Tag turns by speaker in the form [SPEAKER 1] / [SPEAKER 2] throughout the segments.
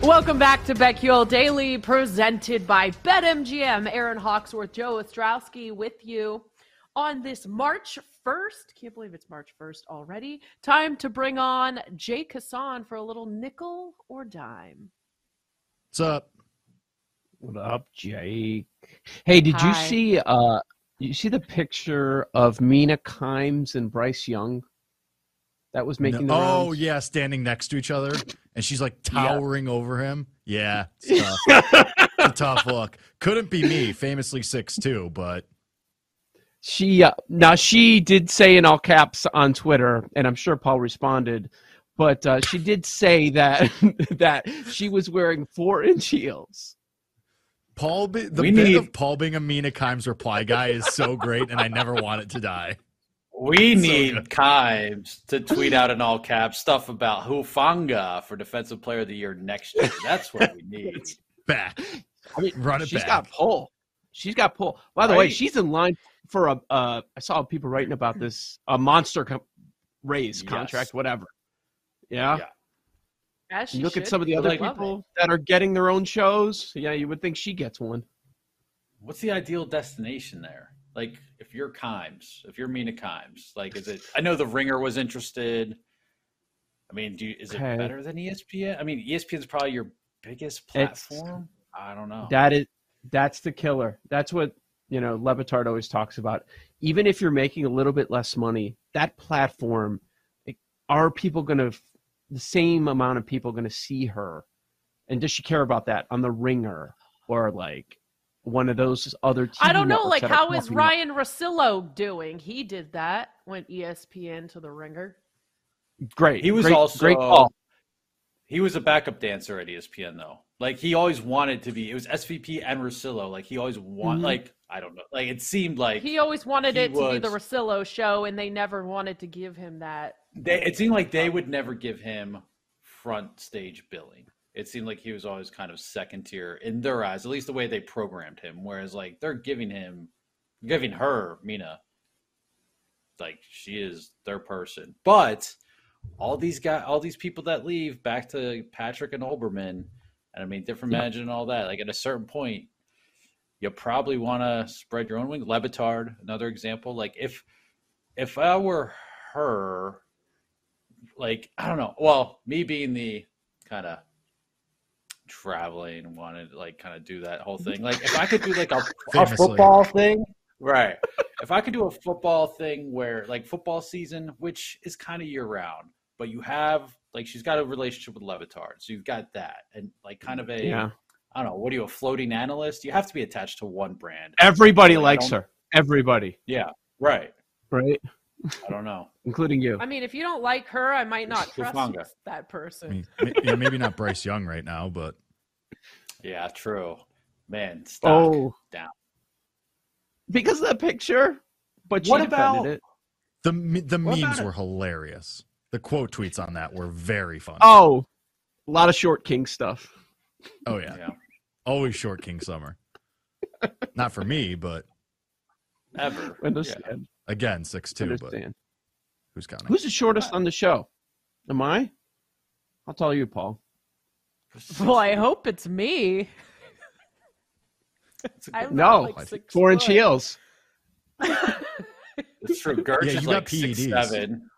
[SPEAKER 1] Welcome back to BetQL Daily, presented by BetMGM. Aaron Hawksworth, Joe Ostrowski with you on this March 1st. Can't believe it's March 1st already. Time to bring on Jake Hassan for a little nickel or dime.
[SPEAKER 2] What's up?
[SPEAKER 3] What up, Jake? Hey, did you
[SPEAKER 1] Hi.
[SPEAKER 3] see uh you see the picture of Mina Kimes and Bryce Young? That was making
[SPEAKER 2] No-
[SPEAKER 3] the
[SPEAKER 2] oh
[SPEAKER 3] rounds?
[SPEAKER 2] yeah, standing next to each other, and she's like
[SPEAKER 3] Yeah.
[SPEAKER 2] towering over him. Yeah, it's tough. It's a tough look. Couldn't be me, famously six two, but
[SPEAKER 3] She uh, now she did say in all caps on Twitter, and I'm sure Paul responded, but uh, she did say that that she was wearing four inch heels.
[SPEAKER 2] Paul. Be- the
[SPEAKER 3] We
[SPEAKER 2] bit
[SPEAKER 4] need-
[SPEAKER 2] of Paul being a Mina Kimes reply guy is so great, and I never want it to die.
[SPEAKER 4] We
[SPEAKER 2] So
[SPEAKER 4] need
[SPEAKER 2] good.
[SPEAKER 4] Kimes to tweet out in all caps stuff about Hufanga for Defensive Player of the Year next year. That's what we need.
[SPEAKER 2] Back.
[SPEAKER 3] I mean,
[SPEAKER 2] Run it
[SPEAKER 3] she's
[SPEAKER 2] back.
[SPEAKER 3] got pull. She's got pull. By the way,
[SPEAKER 4] Right.
[SPEAKER 3] she's in line for a. Uh, I saw people writing about this a monster co- raise
[SPEAKER 4] Yes.
[SPEAKER 3] contract, whatever. Yeah.
[SPEAKER 4] Yeah.
[SPEAKER 1] As she
[SPEAKER 3] You look
[SPEAKER 1] should.
[SPEAKER 3] at some of the other
[SPEAKER 4] Like-
[SPEAKER 3] people that are getting their own shows. Yeah, you would think she gets one.
[SPEAKER 4] What's the ideal destination there? Like, if you're Kimes, if you're Mina Kimes, like, is it? I know the Ringer was interested. I mean, do you, is
[SPEAKER 3] Okay.
[SPEAKER 4] it better than E ESPN? I mean, ESPN is probably your biggest
[SPEAKER 3] It's-
[SPEAKER 4] platform. I don't
[SPEAKER 1] Oh.
[SPEAKER 4] know.
[SPEAKER 3] That is, that's the killer. That's what you know. Levitard always talks about. Even if you're making a little bit less money, that platform, like, are people going to the same amount of people going to see her, and does she care about that on the Ringer or like one of those other? TV
[SPEAKER 1] I don't know,
[SPEAKER 3] networks
[SPEAKER 1] like
[SPEAKER 3] that are
[SPEAKER 1] how is
[SPEAKER 3] propping up-
[SPEAKER 1] Ryan Rossillo doing? He did that when E ESPN to the ringer.
[SPEAKER 3] Great.
[SPEAKER 4] He was
[SPEAKER 3] great,
[SPEAKER 4] also
[SPEAKER 3] great call.
[SPEAKER 4] He was a backup dancer at E ESPN though. Like he always wanted to be. It was SVP and Rosillo. Like he always wanted.
[SPEAKER 3] Mhm.
[SPEAKER 4] Like I don't know. Like it seemed like
[SPEAKER 1] He always wanted
[SPEAKER 4] He
[SPEAKER 1] it to be the
[SPEAKER 4] was-
[SPEAKER 1] Rossillo show, and they never wanted to give him that.
[SPEAKER 4] they. It seemed like they would never give him front stage billing. It seemed like he was always kind of second tier in their eyes, at least the way they programmed him. Whereas like they're giving him, giving her Mina, like she is their person. But all these guys, all these people that leave back to Patrick and Olbermann, and I mean different management and all that. Like at a certain point, you probably want to spread your own wing. Levitard, another example. Like if if I were her, like I don't know. Well, me being the kind of traveling wanted to, like kind of do that whole thing. Like if I could do like a, a
[SPEAKER 2] Famously.
[SPEAKER 4] football thing, right? if I could do a football thing where like football season, which is kind of year round, but you have like she's got a relationship with Levitard, so you've got that, and like kind of a
[SPEAKER 3] Yeah.
[SPEAKER 4] I don't know. What are you, a floating analyst? You have to be attached to one brand.
[SPEAKER 3] Everybody
[SPEAKER 4] I
[SPEAKER 3] likes
[SPEAKER 4] don't-
[SPEAKER 3] her. Everybody,
[SPEAKER 4] Yeah, right.
[SPEAKER 3] right?
[SPEAKER 4] I don't know.
[SPEAKER 3] Including you.
[SPEAKER 1] I mean, if you don't like her, I might not trust
[SPEAKER 4] Hufanga.
[SPEAKER 1] that
[SPEAKER 2] I
[SPEAKER 1] person.
[SPEAKER 2] mean, may- yeah, maybe not Bryce Young right now, but
[SPEAKER 4] Yeah, true. Man, stock
[SPEAKER 3] oh,
[SPEAKER 4] down.
[SPEAKER 3] because of that picture. But she
[SPEAKER 4] What
[SPEAKER 3] defended
[SPEAKER 4] about-
[SPEAKER 3] it.
[SPEAKER 2] the m- the
[SPEAKER 4] What about
[SPEAKER 2] memes
[SPEAKER 4] it?
[SPEAKER 2] were hilarious. The quote tweets on that were very funny.
[SPEAKER 3] Oh, a lot of short king stuff.
[SPEAKER 2] Oh, yeah.
[SPEAKER 4] Yeah,
[SPEAKER 2] always short King Summer. not for me, but
[SPEAKER 4] ever.
[SPEAKER 3] Understand.
[SPEAKER 2] again six two. But
[SPEAKER 3] Understand.
[SPEAKER 2] who's counting?
[SPEAKER 3] Who's the shortest on the show? Am I? I'll tell you, Paul.
[SPEAKER 1] Well, I hope it's me. I'm
[SPEAKER 3] No,
[SPEAKER 1] like six
[SPEAKER 3] Four inch
[SPEAKER 1] foot.
[SPEAKER 3] heels.
[SPEAKER 4] It's true. Gertz
[SPEAKER 2] Yeah,
[SPEAKER 4] is
[SPEAKER 2] you got E
[SPEAKER 4] like six
[SPEAKER 2] PEDs.
[SPEAKER 4] seven.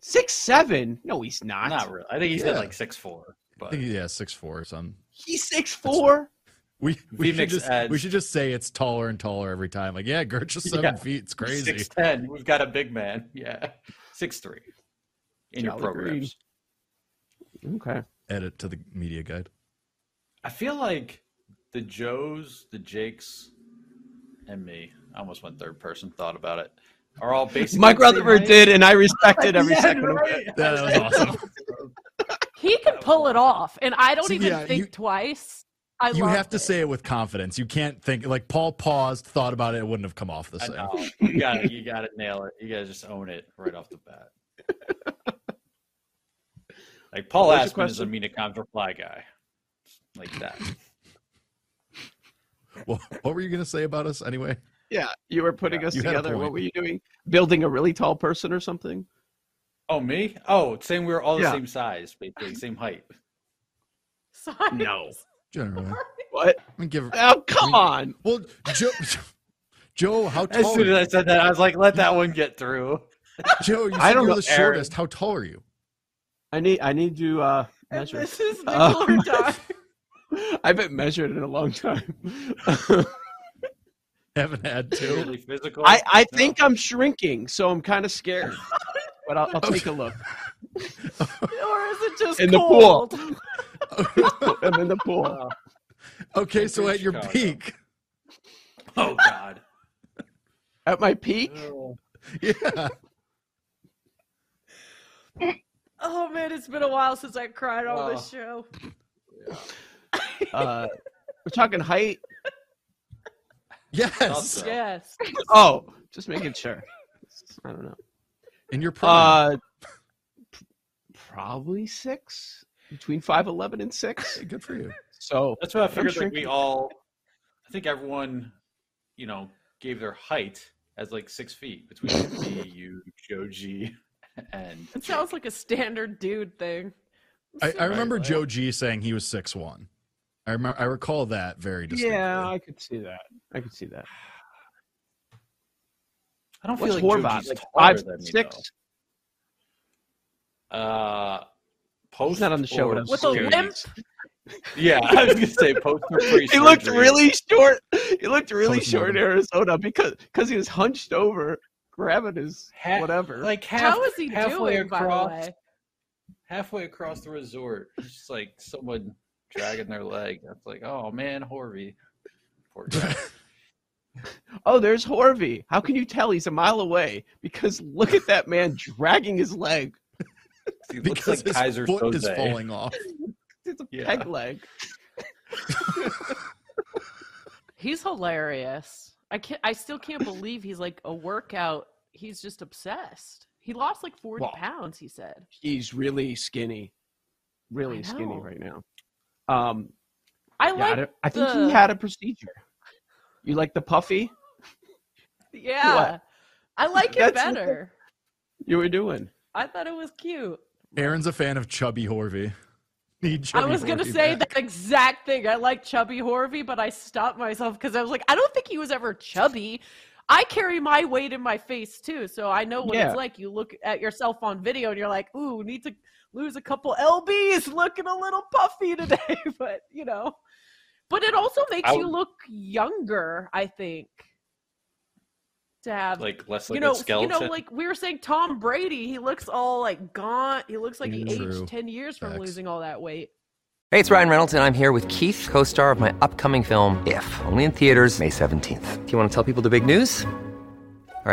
[SPEAKER 3] Six seven? No, he's not.
[SPEAKER 4] Not really. I think he's at
[SPEAKER 2] Yeah.
[SPEAKER 4] like six four.
[SPEAKER 2] I
[SPEAKER 4] But
[SPEAKER 2] think, yeah, six four or something.
[SPEAKER 3] He's six four.
[SPEAKER 2] We we should,
[SPEAKER 4] Phoenix
[SPEAKER 2] just,
[SPEAKER 4] Edge.
[SPEAKER 2] we should just say it's taller and taller every time. Like, yeah, Gert's just seven
[SPEAKER 4] Yeah.
[SPEAKER 2] feet. It's crazy.
[SPEAKER 4] six ten. We've got a big man. Yeah, six three. In your
[SPEAKER 3] Jolly
[SPEAKER 4] programs,
[SPEAKER 3] green. Okay.
[SPEAKER 2] Edit to the media guide.
[SPEAKER 4] I feel like the Joes, the Jakes, and me. I almost went third person. Thought about it. Are all basically
[SPEAKER 3] Mike
[SPEAKER 4] the same
[SPEAKER 3] Rutherford
[SPEAKER 4] height.
[SPEAKER 3] did, and I respected every
[SPEAKER 4] Yeah,
[SPEAKER 3] second of it.
[SPEAKER 4] right.
[SPEAKER 2] Yeah, that was awesome.
[SPEAKER 1] He can pull it off, and I don't
[SPEAKER 2] See,
[SPEAKER 1] even
[SPEAKER 2] yeah,
[SPEAKER 1] think
[SPEAKER 2] you-
[SPEAKER 1] twice. I
[SPEAKER 2] you
[SPEAKER 1] loved
[SPEAKER 2] have to
[SPEAKER 1] it.
[SPEAKER 2] say it with confidence. You can't think like Paul paused, thought about it, it wouldn't have come off the
[SPEAKER 4] I
[SPEAKER 2] same.
[SPEAKER 4] know. You got to You got to nail it. You got to just own it right off the bat. Like Paul
[SPEAKER 3] What was the
[SPEAKER 4] Aspen is a
[SPEAKER 3] question?
[SPEAKER 4] Mina Contra Fly guy, like that.
[SPEAKER 2] Well, what were you gonna say about us anyway?
[SPEAKER 3] Yeah, you were putting us
[SPEAKER 2] you had a
[SPEAKER 3] together. What
[SPEAKER 2] point.
[SPEAKER 3] were you doing? Building a really tall person or something?
[SPEAKER 4] Oh me? Oh, saying we were all the
[SPEAKER 3] Yeah.
[SPEAKER 4] same size, basically same height.
[SPEAKER 1] Size.
[SPEAKER 3] No.
[SPEAKER 2] Generally, I'm
[SPEAKER 3] What?
[SPEAKER 2] gonna give.
[SPEAKER 3] Oh, come on.
[SPEAKER 2] Well, Joe, Joe, how
[SPEAKER 4] As
[SPEAKER 2] tall? Are
[SPEAKER 4] soon
[SPEAKER 2] you?
[SPEAKER 4] as I said that, I was like, "Let that one get through."
[SPEAKER 2] Joe, you
[SPEAKER 3] I
[SPEAKER 2] said
[SPEAKER 3] don't
[SPEAKER 2] you're
[SPEAKER 3] know,
[SPEAKER 2] the
[SPEAKER 4] Aaron.
[SPEAKER 2] shortest. How tall are you?
[SPEAKER 3] I need I need to uh,
[SPEAKER 1] And
[SPEAKER 3] measure.
[SPEAKER 1] this is Nickel
[SPEAKER 2] Uh,
[SPEAKER 3] Oh
[SPEAKER 1] or
[SPEAKER 3] my
[SPEAKER 1] Die.
[SPEAKER 3] I haven't measured in a long time.
[SPEAKER 2] Haven't had two.
[SPEAKER 4] Really physical.
[SPEAKER 3] I, I
[SPEAKER 4] No.
[SPEAKER 3] think I'm shrinking, so I'm kind of scared. But I'll, I'll take a look.
[SPEAKER 1] Or is it just
[SPEAKER 3] In the pool.
[SPEAKER 1] cold?
[SPEAKER 3] I'm in the pool.
[SPEAKER 2] Okay, so
[SPEAKER 4] in
[SPEAKER 2] at your
[SPEAKER 4] Chicago.
[SPEAKER 2] peak,
[SPEAKER 4] Oh God.
[SPEAKER 3] At my peak?
[SPEAKER 2] yeah.
[SPEAKER 1] Oh man, it's been a while since I cried on
[SPEAKER 4] Oh.
[SPEAKER 1] this show.
[SPEAKER 3] Uh, we're talking height.
[SPEAKER 2] Yes.
[SPEAKER 4] Also.
[SPEAKER 1] Yes.
[SPEAKER 3] Oh, just making sure. I don't know.
[SPEAKER 2] In your prime.
[SPEAKER 3] Uh, p- probably six, between 5'11 and six.
[SPEAKER 2] Hey, good for you.
[SPEAKER 3] So
[SPEAKER 4] That's what I
[SPEAKER 3] I'm
[SPEAKER 4] figured. Like we
[SPEAKER 3] shrinking.
[SPEAKER 4] all, I think everyone, you know, gave their height as like six feet between me, you, Joji, and
[SPEAKER 1] It sounds like a standard dude thing.
[SPEAKER 2] I, I remember
[SPEAKER 4] Right.
[SPEAKER 2] Joe G saying he was six one. I remember. I recall that very distinctly.
[SPEAKER 3] Yeah, I could see that. I could see that.
[SPEAKER 4] I don't feel
[SPEAKER 3] What's
[SPEAKER 4] like
[SPEAKER 3] Horvat?
[SPEAKER 4] Joji's
[SPEAKER 3] Like
[SPEAKER 4] taller
[SPEAKER 3] five,
[SPEAKER 4] than me,
[SPEAKER 3] six?
[SPEAKER 4] though. Uh, post
[SPEAKER 3] He's not on the show,
[SPEAKER 4] or
[SPEAKER 3] but I'm
[SPEAKER 1] With a
[SPEAKER 3] Jeez.
[SPEAKER 1] limp.
[SPEAKER 4] Yeah, I was gonna say post or pre.
[SPEAKER 3] He looked really short. He looked really
[SPEAKER 2] Close
[SPEAKER 3] short in
[SPEAKER 2] enough.
[SPEAKER 3] Arizona because because he was hunched over, grabbing his
[SPEAKER 4] Ha-
[SPEAKER 3] whatever.
[SPEAKER 4] like half,
[SPEAKER 1] How is he
[SPEAKER 4] halfway
[SPEAKER 1] doing, by the
[SPEAKER 4] across
[SPEAKER 1] way?
[SPEAKER 4] halfway across the resort, just like someone dragging their leg. That's like, oh man, Horvey. Poor guy.
[SPEAKER 3] oh, there's Horvey. How can you tell he's a mile away? Because look at that man dragging his leg.
[SPEAKER 4] He looks
[SPEAKER 2] because
[SPEAKER 4] like
[SPEAKER 2] his
[SPEAKER 4] Kaiser
[SPEAKER 2] foot is
[SPEAKER 4] Soze.
[SPEAKER 2] falling off.
[SPEAKER 3] It's a
[SPEAKER 4] Yeah.
[SPEAKER 3] peg leg.
[SPEAKER 1] He's hilarious. I can't. I still can't believe he's like a workout. He's just obsessed. He lost like forty
[SPEAKER 3] Well,
[SPEAKER 1] pounds. He said.
[SPEAKER 3] He's really skinny,
[SPEAKER 1] I
[SPEAKER 3] really skinny
[SPEAKER 1] know.
[SPEAKER 3] right now. Um,
[SPEAKER 1] I
[SPEAKER 3] yeah, I,
[SPEAKER 1] like.
[SPEAKER 3] don't- I think
[SPEAKER 1] the-
[SPEAKER 3] he had a procedure. You like the puffy
[SPEAKER 1] Yeah. I like it
[SPEAKER 3] That's what the-
[SPEAKER 1] better.
[SPEAKER 3] you were doing?
[SPEAKER 1] I thought it was cute.
[SPEAKER 2] Aaron's a fan of chubby Horvey. Need
[SPEAKER 1] I
[SPEAKER 2] chubby
[SPEAKER 1] was gonna
[SPEAKER 2] Horvey
[SPEAKER 1] say
[SPEAKER 2] back.
[SPEAKER 1] that exact thing. I like chubby Horvey, but I stopped myself because I was like, I don't think he was ever chubby. I carry my weight in my face too, so I know what
[SPEAKER 3] Yeah.
[SPEAKER 1] it's like. You look at yourself on video and you're like, "Ooh, need to lose a couple lbs, looking a little puffy today." but you know, but it also makes
[SPEAKER 4] I
[SPEAKER 1] you
[SPEAKER 4] would-
[SPEAKER 1] look younger. I think to have
[SPEAKER 4] Like less like
[SPEAKER 1] you
[SPEAKER 4] a
[SPEAKER 1] know, you
[SPEAKER 4] skeleton.
[SPEAKER 1] know, like we were saying, Tom Brady, he looks all like gaunt. He looks like he
[SPEAKER 2] Mm. True.
[SPEAKER 1] aged ten years from
[SPEAKER 2] Facts.
[SPEAKER 1] losing all that weight.
[SPEAKER 5] Hey, it's Ryan Reynolds, and I'm here with Keith, co star of my upcoming film, If, only in theaters, May 17th. Do you want to tell people the big news? All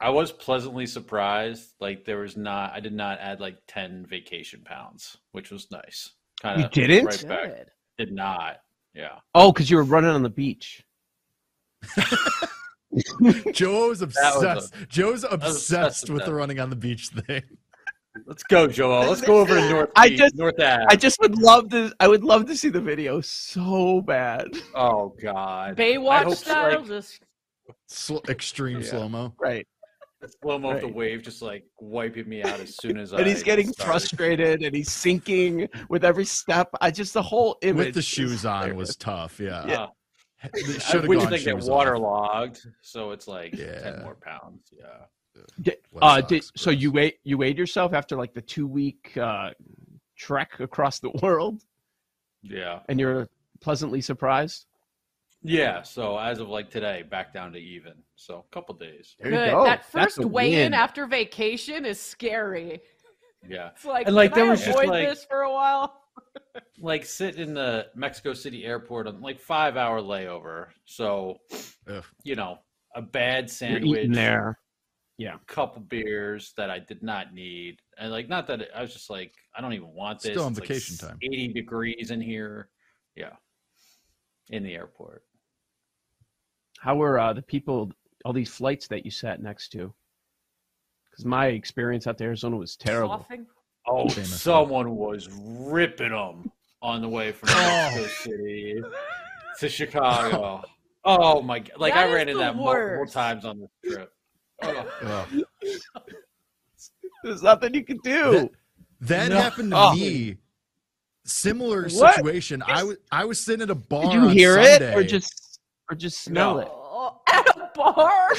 [SPEAKER 4] I was pleasantly surprised. Like there was not, I did not add like ten vacation pounds, which was nice. Kind
[SPEAKER 3] You didn't?
[SPEAKER 4] Right back.
[SPEAKER 1] good.
[SPEAKER 4] Did not. Yeah.
[SPEAKER 3] Oh, because you were running on the beach.
[SPEAKER 2] Joe's
[SPEAKER 4] That was a-
[SPEAKER 2] obsessed. Joe's
[SPEAKER 4] was
[SPEAKER 2] obsessed
[SPEAKER 4] obsessed
[SPEAKER 2] with
[SPEAKER 4] with
[SPEAKER 2] the
[SPEAKER 4] that.
[SPEAKER 2] running on the beach thing.
[SPEAKER 4] Let's go, Joel. Let's go over to North.
[SPEAKER 3] I
[SPEAKER 4] Beach-
[SPEAKER 3] just-
[SPEAKER 4] North Ave.
[SPEAKER 3] I just would love to. I would love to see the video so bad.
[SPEAKER 4] oh God. I
[SPEAKER 1] Baywatch
[SPEAKER 4] hope,
[SPEAKER 1] style,
[SPEAKER 4] Like,
[SPEAKER 1] just
[SPEAKER 2] Sl- extreme
[SPEAKER 4] Yeah.
[SPEAKER 2] slow mo.
[SPEAKER 3] Right.
[SPEAKER 4] slow mo of the
[SPEAKER 3] Right.
[SPEAKER 4] wave just like wiping me out as soon as I.
[SPEAKER 3] And he's getting
[SPEAKER 4] started.
[SPEAKER 3] frustrated and he's sinking with every step. I just the whole image
[SPEAKER 2] With the
[SPEAKER 3] is
[SPEAKER 2] shoes on
[SPEAKER 3] hilarious.
[SPEAKER 2] was tough. Yeah.
[SPEAKER 4] Yeah.
[SPEAKER 2] They
[SPEAKER 4] I
[SPEAKER 2] should've
[SPEAKER 4] wish
[SPEAKER 2] gone
[SPEAKER 4] they get
[SPEAKER 2] shoes off.
[SPEAKER 4] waterlogged, so it's like
[SPEAKER 2] Yeah.
[SPEAKER 4] ten more pounds. Yeah.
[SPEAKER 3] Di-
[SPEAKER 2] White
[SPEAKER 3] uh, did,
[SPEAKER 2] Sox,
[SPEAKER 3] so
[SPEAKER 2] gross.
[SPEAKER 3] you weigh you weighed yourself after like the two week uh, trek across the world,
[SPEAKER 4] Yeah.
[SPEAKER 3] and you're pleasantly surprised.
[SPEAKER 4] Yeah. So as of like today, back down to even. So a couple days.
[SPEAKER 3] There
[SPEAKER 1] good.
[SPEAKER 3] you go.
[SPEAKER 1] That
[SPEAKER 3] That's
[SPEAKER 1] first
[SPEAKER 3] a
[SPEAKER 1] weigh in
[SPEAKER 3] win.
[SPEAKER 1] after vacation is scary.
[SPEAKER 4] Yeah.
[SPEAKER 1] It's like,
[SPEAKER 4] And, like,
[SPEAKER 1] can
[SPEAKER 4] there
[SPEAKER 1] I
[SPEAKER 4] was just,
[SPEAKER 1] avoid
[SPEAKER 4] like-
[SPEAKER 1] this for a while?
[SPEAKER 4] like sit in the Mexico City airport on like five hour layover. So
[SPEAKER 2] Ugh.
[SPEAKER 4] you know, a bad
[SPEAKER 3] You're
[SPEAKER 4] sandwich,
[SPEAKER 3] eating there.
[SPEAKER 4] couple beers that I did not need, and like not that it, I was just like I don't even want this.
[SPEAKER 2] Still on
[SPEAKER 4] It's, like,
[SPEAKER 2] vacation time.
[SPEAKER 4] Eighty degrees in here. Yeah, in the airport.
[SPEAKER 3] How were uh, the people? All these flights that you sat next to? Because my experience out to Arizona was terrible.
[SPEAKER 1] Coughing.
[SPEAKER 4] Oh,
[SPEAKER 2] Famously.
[SPEAKER 4] someone was ripping them on the way from Mexico City to Chicago. Oh my! g- Like
[SPEAKER 1] That
[SPEAKER 4] I
[SPEAKER 1] is
[SPEAKER 4] ran
[SPEAKER 1] the
[SPEAKER 4] into that multiple
[SPEAKER 1] worst.
[SPEAKER 4] times on this trip. Ugh.
[SPEAKER 2] Ugh.
[SPEAKER 3] There's nothing you can do.
[SPEAKER 2] That
[SPEAKER 4] No.
[SPEAKER 2] happened to
[SPEAKER 3] Oh.
[SPEAKER 2] me. Similar
[SPEAKER 3] What?
[SPEAKER 2] situation. I was I was sitting at a bar.
[SPEAKER 3] Did you
[SPEAKER 2] on
[SPEAKER 3] hear it or
[SPEAKER 2] Sunday.
[SPEAKER 3] just or just smell
[SPEAKER 4] No.
[SPEAKER 3] it?
[SPEAKER 1] Oh, at a bar.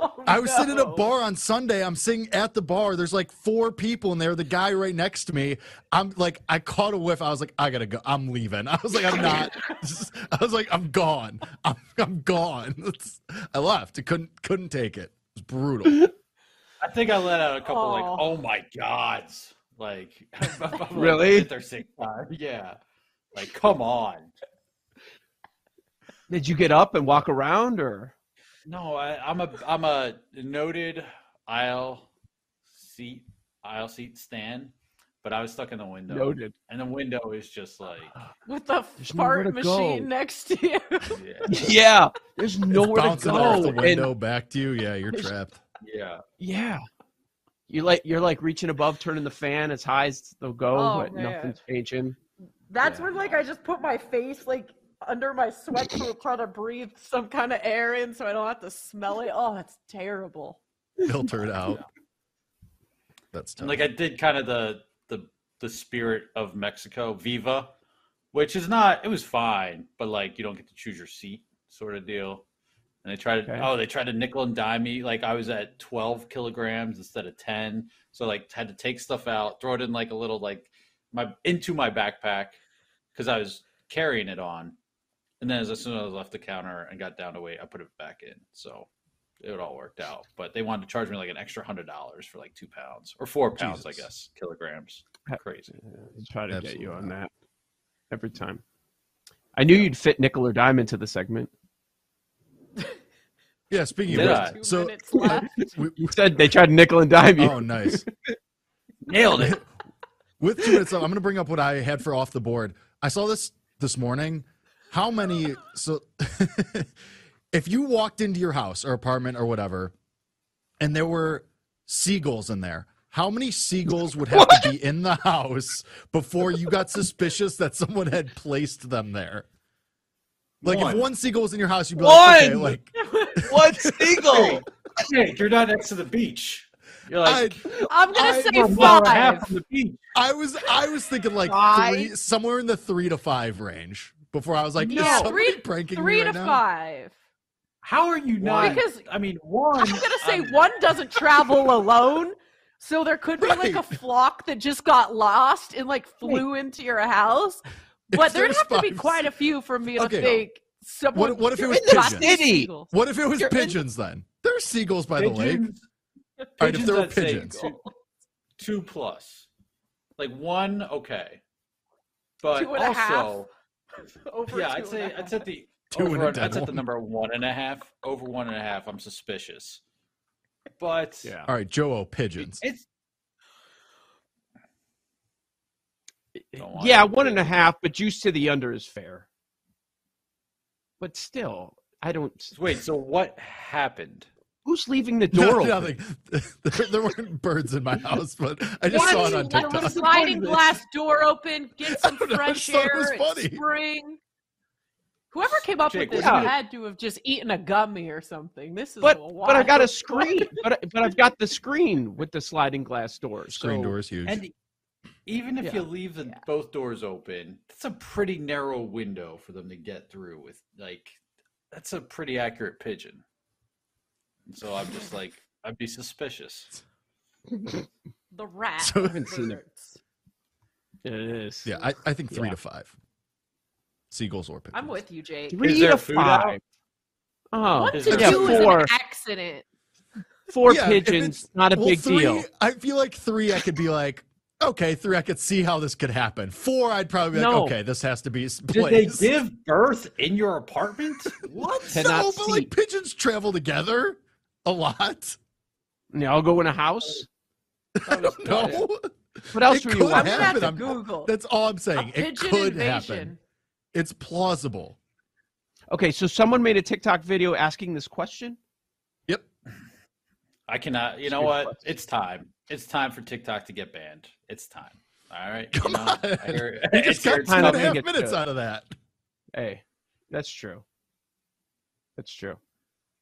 [SPEAKER 1] Oh,
[SPEAKER 2] I was sitting at a
[SPEAKER 1] no.
[SPEAKER 2] bar on Sunday. I'm sitting at the bar. There's like four people in there. The guy right next to me. I'm like, I caught a whiff. I was like, I gotta go. I'm leaving. I was like, I'm not. This is- I was like, I'm gone. I'm, I'm gone. It's- I left. I couldn't couldn't take it. It was brutal.
[SPEAKER 4] I think I let out a couple like,
[SPEAKER 1] Aw.
[SPEAKER 4] oh my gods, like like,
[SPEAKER 3] Really?
[SPEAKER 4] hit their sink time. Yeah, like come on.
[SPEAKER 3] Did you get up and walk around or?
[SPEAKER 4] No, I, I'm a I'm a noted aisle seat aisle seat stand, but I was stuck in the window,
[SPEAKER 3] Noted.
[SPEAKER 4] and the window is just like
[SPEAKER 1] with the
[SPEAKER 3] There's nowhere
[SPEAKER 1] fart
[SPEAKER 3] to go.
[SPEAKER 1] machine next to you.
[SPEAKER 4] yeah,
[SPEAKER 3] Yeah, there's nowhere to
[SPEAKER 2] Bouncing off
[SPEAKER 3] go.
[SPEAKER 2] the
[SPEAKER 3] and-
[SPEAKER 2] window back to you. Yeah, you're trapped.
[SPEAKER 4] yeah.
[SPEAKER 3] yeah, you like you're like reaching above, turning the fan as high as they'll go,
[SPEAKER 1] Oh,
[SPEAKER 3] but
[SPEAKER 1] man.
[SPEAKER 3] nothing's changing.
[SPEAKER 1] That's
[SPEAKER 4] Yeah.
[SPEAKER 1] when like I just put my face like under my sweat to try to breathe some kind of air in so I don't have to smell it. Oh, it's terrible.
[SPEAKER 2] Filtered out. That's tough.
[SPEAKER 4] And like I did kind of the the the spirit of Mexico, Viva, which is not it was fine, but like you don't get to choose your seat sort of deal. And they tried to
[SPEAKER 3] Okay.
[SPEAKER 4] oh they tried to nickel and dime me. Like I was at twelve kilograms instead of ten. So like had to take stuff out, throw it in like a little like my into my backpack because I was carrying it on. And then as soon as I left the counter and got down to weight, I put it back in. So it all worked out. But they wanted to charge me like an extra hundred dollars for like two pounds or four pounds, I
[SPEAKER 2] Jesus.
[SPEAKER 4] guess, kilograms.
[SPEAKER 3] Ha-
[SPEAKER 4] Crazy.
[SPEAKER 3] Try to get
[SPEAKER 2] Absolutely
[SPEAKER 3] you on
[SPEAKER 2] not.
[SPEAKER 3] that every time. I knew you'd fit nickel or dime into the segment.
[SPEAKER 2] yeah, speaking
[SPEAKER 4] Did
[SPEAKER 2] of
[SPEAKER 4] I?
[SPEAKER 2] which,
[SPEAKER 1] Two
[SPEAKER 2] so
[SPEAKER 1] minutes left.
[SPEAKER 2] we,
[SPEAKER 3] You said they tried nickel and dime you.
[SPEAKER 2] oh nice.
[SPEAKER 4] Nailed it.
[SPEAKER 2] With two minutes left, I'm going to bring up what I had for off the board. I saw this this morning. How many? So, if you walked into your house or apartment or whatever, and there were seagulls in there, how many seagulls would have to be in the house before you got suspicious that someone had placed them there? Like
[SPEAKER 4] One.
[SPEAKER 2] if one seagull was in your house, you'd be like, okay,
[SPEAKER 3] One!
[SPEAKER 2] like
[SPEAKER 3] What seagull?
[SPEAKER 4] Jake, you're not next to the beach. You're like
[SPEAKER 2] I-
[SPEAKER 1] I'm gonna
[SPEAKER 2] I-
[SPEAKER 1] say
[SPEAKER 4] "You're a mile and a half
[SPEAKER 1] five.
[SPEAKER 4] from the beach.
[SPEAKER 2] I was I was thinking like
[SPEAKER 3] Five?
[SPEAKER 2] three, somewhere in the three to five range before I was like,
[SPEAKER 4] No.
[SPEAKER 2] is somebody
[SPEAKER 1] Three-
[SPEAKER 2] pranking
[SPEAKER 1] Three
[SPEAKER 2] me right
[SPEAKER 1] to
[SPEAKER 2] now?
[SPEAKER 1] five.
[SPEAKER 4] How are you not?
[SPEAKER 1] Because-
[SPEAKER 4] I mean, one.
[SPEAKER 1] I'm gonna say
[SPEAKER 4] um,
[SPEAKER 1] one doesn't travel alone. So there could be like a
[SPEAKER 2] Right.
[SPEAKER 1] flock that just got lost and like flew into your house. But there'd
[SPEAKER 2] there's
[SPEAKER 1] have to be
[SPEAKER 2] five-
[SPEAKER 1] quite a few for me to
[SPEAKER 2] Okay.
[SPEAKER 1] think someone.
[SPEAKER 2] What- what if it
[SPEAKER 1] You're
[SPEAKER 2] was
[SPEAKER 1] in the
[SPEAKER 2] pigeons?
[SPEAKER 1] city.
[SPEAKER 3] City.
[SPEAKER 1] Seagulls.
[SPEAKER 2] What if it was
[SPEAKER 3] You're in-
[SPEAKER 2] pigeons then? There's seagulls by the lake.
[SPEAKER 4] pigeons-
[SPEAKER 2] All right, if there were
[SPEAKER 4] I'd say
[SPEAKER 2] pigeons.
[SPEAKER 4] Two, two plus. Like one, okay, but
[SPEAKER 1] Two and a
[SPEAKER 4] also
[SPEAKER 1] half? Over
[SPEAKER 4] yeah,
[SPEAKER 1] two
[SPEAKER 4] I'd
[SPEAKER 1] and
[SPEAKER 4] say
[SPEAKER 1] a
[SPEAKER 4] I'd
[SPEAKER 1] half.
[SPEAKER 4] say the
[SPEAKER 2] Two and
[SPEAKER 4] over,
[SPEAKER 2] a
[SPEAKER 4] I'd
[SPEAKER 2] dead
[SPEAKER 4] set the
[SPEAKER 2] one.
[SPEAKER 4] number one and a half over one and a half. I'm suspicious, but
[SPEAKER 3] Yeah.
[SPEAKER 2] All right, Joe pigeons.
[SPEAKER 4] it's Don't want
[SPEAKER 3] Yeah,
[SPEAKER 4] it.
[SPEAKER 3] one and a half, but juice to the under is fair. But still, I don't.
[SPEAKER 4] wait. So what happened?
[SPEAKER 3] Who's leaving the door open?
[SPEAKER 2] Nothing. There, there weren't birds in my house, but I just
[SPEAKER 1] Why
[SPEAKER 2] saw
[SPEAKER 1] don't
[SPEAKER 2] it
[SPEAKER 1] you let
[SPEAKER 2] on
[SPEAKER 1] the
[SPEAKER 2] TikTok.
[SPEAKER 1] sliding glass door open, get some
[SPEAKER 2] don't know, I
[SPEAKER 1] fresh
[SPEAKER 2] just thought it
[SPEAKER 1] air,
[SPEAKER 2] was
[SPEAKER 1] it's
[SPEAKER 2] funny.
[SPEAKER 1] spring? Whoever came up
[SPEAKER 4] Jake,
[SPEAKER 1] with this
[SPEAKER 3] what do you-
[SPEAKER 1] had to have just eaten a gummy or something. This is
[SPEAKER 3] But
[SPEAKER 1] a
[SPEAKER 3] but I've got a
[SPEAKER 1] wild-
[SPEAKER 3] screen. But I- but I've got the screen with the sliding glass door.
[SPEAKER 2] Screen
[SPEAKER 3] so-
[SPEAKER 2] door is huge.
[SPEAKER 4] And even if
[SPEAKER 3] Yeah.
[SPEAKER 4] you leave the, both doors open, that's a pretty narrow window for them to get through with. Like, that's a pretty accurate pigeon. And so I'm just like, I'd be suspicious.
[SPEAKER 1] the rat.
[SPEAKER 2] So- I
[SPEAKER 3] haven't seen it.
[SPEAKER 1] birds.
[SPEAKER 3] It is.
[SPEAKER 2] yeah, I, I think three
[SPEAKER 3] Yeah.
[SPEAKER 2] to five. Seagulls or pigeons.
[SPEAKER 1] I'm with you, Jake.
[SPEAKER 3] Three
[SPEAKER 4] Is there
[SPEAKER 3] to
[SPEAKER 4] food
[SPEAKER 3] five. Oh,
[SPEAKER 1] What
[SPEAKER 4] Is
[SPEAKER 1] to
[SPEAKER 4] there
[SPEAKER 3] yeah,
[SPEAKER 1] do is
[SPEAKER 3] four
[SPEAKER 1] an accident.
[SPEAKER 3] four
[SPEAKER 2] Yeah, if
[SPEAKER 3] pigeons,
[SPEAKER 2] it's-
[SPEAKER 3] not a
[SPEAKER 2] well,
[SPEAKER 3] big
[SPEAKER 2] three,
[SPEAKER 3] deal.
[SPEAKER 2] I feel like three, I could be like, okay, three, I could see how this could happen. Four, I'd probably be like,
[SPEAKER 3] No.
[SPEAKER 2] okay, this has to be s-
[SPEAKER 4] Did
[SPEAKER 2] placed.
[SPEAKER 4] they give birth in your apartment? What?
[SPEAKER 2] no,
[SPEAKER 3] Cannot
[SPEAKER 2] but like
[SPEAKER 3] see.
[SPEAKER 2] pigeons travel together a lot.
[SPEAKER 3] Yeah, I'll go in a house.
[SPEAKER 1] Oh,
[SPEAKER 2] I don't know.
[SPEAKER 3] What else
[SPEAKER 2] It
[SPEAKER 3] were you
[SPEAKER 2] could
[SPEAKER 1] I'm
[SPEAKER 3] watching?
[SPEAKER 1] gonna
[SPEAKER 2] happen.
[SPEAKER 1] have to
[SPEAKER 2] I'm-
[SPEAKER 1] Google
[SPEAKER 2] That's all I'm
[SPEAKER 1] a
[SPEAKER 2] saying. It
[SPEAKER 1] pigeon
[SPEAKER 2] could happen.
[SPEAKER 1] invasion.
[SPEAKER 2] It's plausible.
[SPEAKER 3] Okay, so someone made a TikTok video asking this question.
[SPEAKER 2] Yep.
[SPEAKER 4] I cannot. You know
[SPEAKER 3] Good
[SPEAKER 4] what?
[SPEAKER 3] question.
[SPEAKER 4] It's time. It's time for TikTok to get banned. It's time. All right.
[SPEAKER 2] Come
[SPEAKER 4] you know,
[SPEAKER 2] on.
[SPEAKER 4] I hear,
[SPEAKER 2] You just
[SPEAKER 4] it's here,
[SPEAKER 2] got
[SPEAKER 4] it's
[SPEAKER 2] two and
[SPEAKER 3] time
[SPEAKER 2] a
[SPEAKER 3] to
[SPEAKER 4] coming.
[SPEAKER 2] half
[SPEAKER 3] get
[SPEAKER 2] minutes
[SPEAKER 3] to it.
[SPEAKER 2] out of that.
[SPEAKER 3] Hey, that's true. That's true.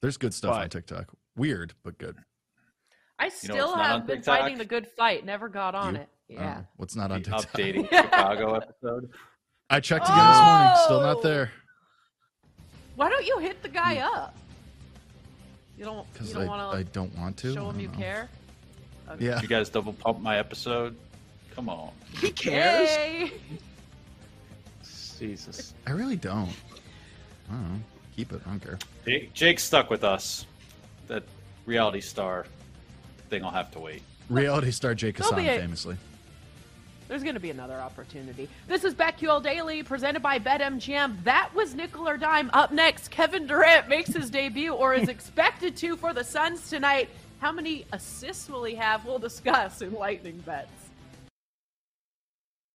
[SPEAKER 2] There's good stuff on
[SPEAKER 3] But-
[SPEAKER 2] TikTok. Weird, but good.
[SPEAKER 1] I
[SPEAKER 4] know
[SPEAKER 1] still
[SPEAKER 4] what's not on
[SPEAKER 1] have been
[SPEAKER 4] TikTok?
[SPEAKER 1] fighting the good fight. Never got on
[SPEAKER 2] You? Oh.
[SPEAKER 1] it.
[SPEAKER 2] I don't
[SPEAKER 1] Yeah.
[SPEAKER 2] know What's not on
[SPEAKER 4] The
[SPEAKER 2] TikTok?
[SPEAKER 4] updating Chicago episode.
[SPEAKER 2] I checked again this morning. Still
[SPEAKER 1] Oh!
[SPEAKER 2] not there.
[SPEAKER 1] Why don't you hit the guy up? You don't. You
[SPEAKER 2] Because Hmm. I,
[SPEAKER 1] don't
[SPEAKER 2] I
[SPEAKER 1] want
[SPEAKER 2] don't want
[SPEAKER 1] to
[SPEAKER 2] to. I
[SPEAKER 1] show him
[SPEAKER 2] don't
[SPEAKER 1] you
[SPEAKER 2] know.
[SPEAKER 1] care.
[SPEAKER 2] Yeah.
[SPEAKER 4] You guys double pump my episode? Come on.
[SPEAKER 3] He cares.
[SPEAKER 1] Yay!
[SPEAKER 3] Jesus.
[SPEAKER 2] I really don't. I don't know. Keep it. I don't care.
[SPEAKER 4] Jake, Jake's stuck with us. That reality star thing will have to wait.
[SPEAKER 2] Reality star Jake
[SPEAKER 1] They'll
[SPEAKER 2] Hassan,
[SPEAKER 1] be a-
[SPEAKER 2] famously.
[SPEAKER 1] There's going to be another opportunity. This is BetQL Daily, presented by BetMGM. That was Nickel or Dime. Up next, Kevin Durant makes his debut or is expected to for the Suns tonight. How many assists will he have? We'll discuss in Lightning Bets.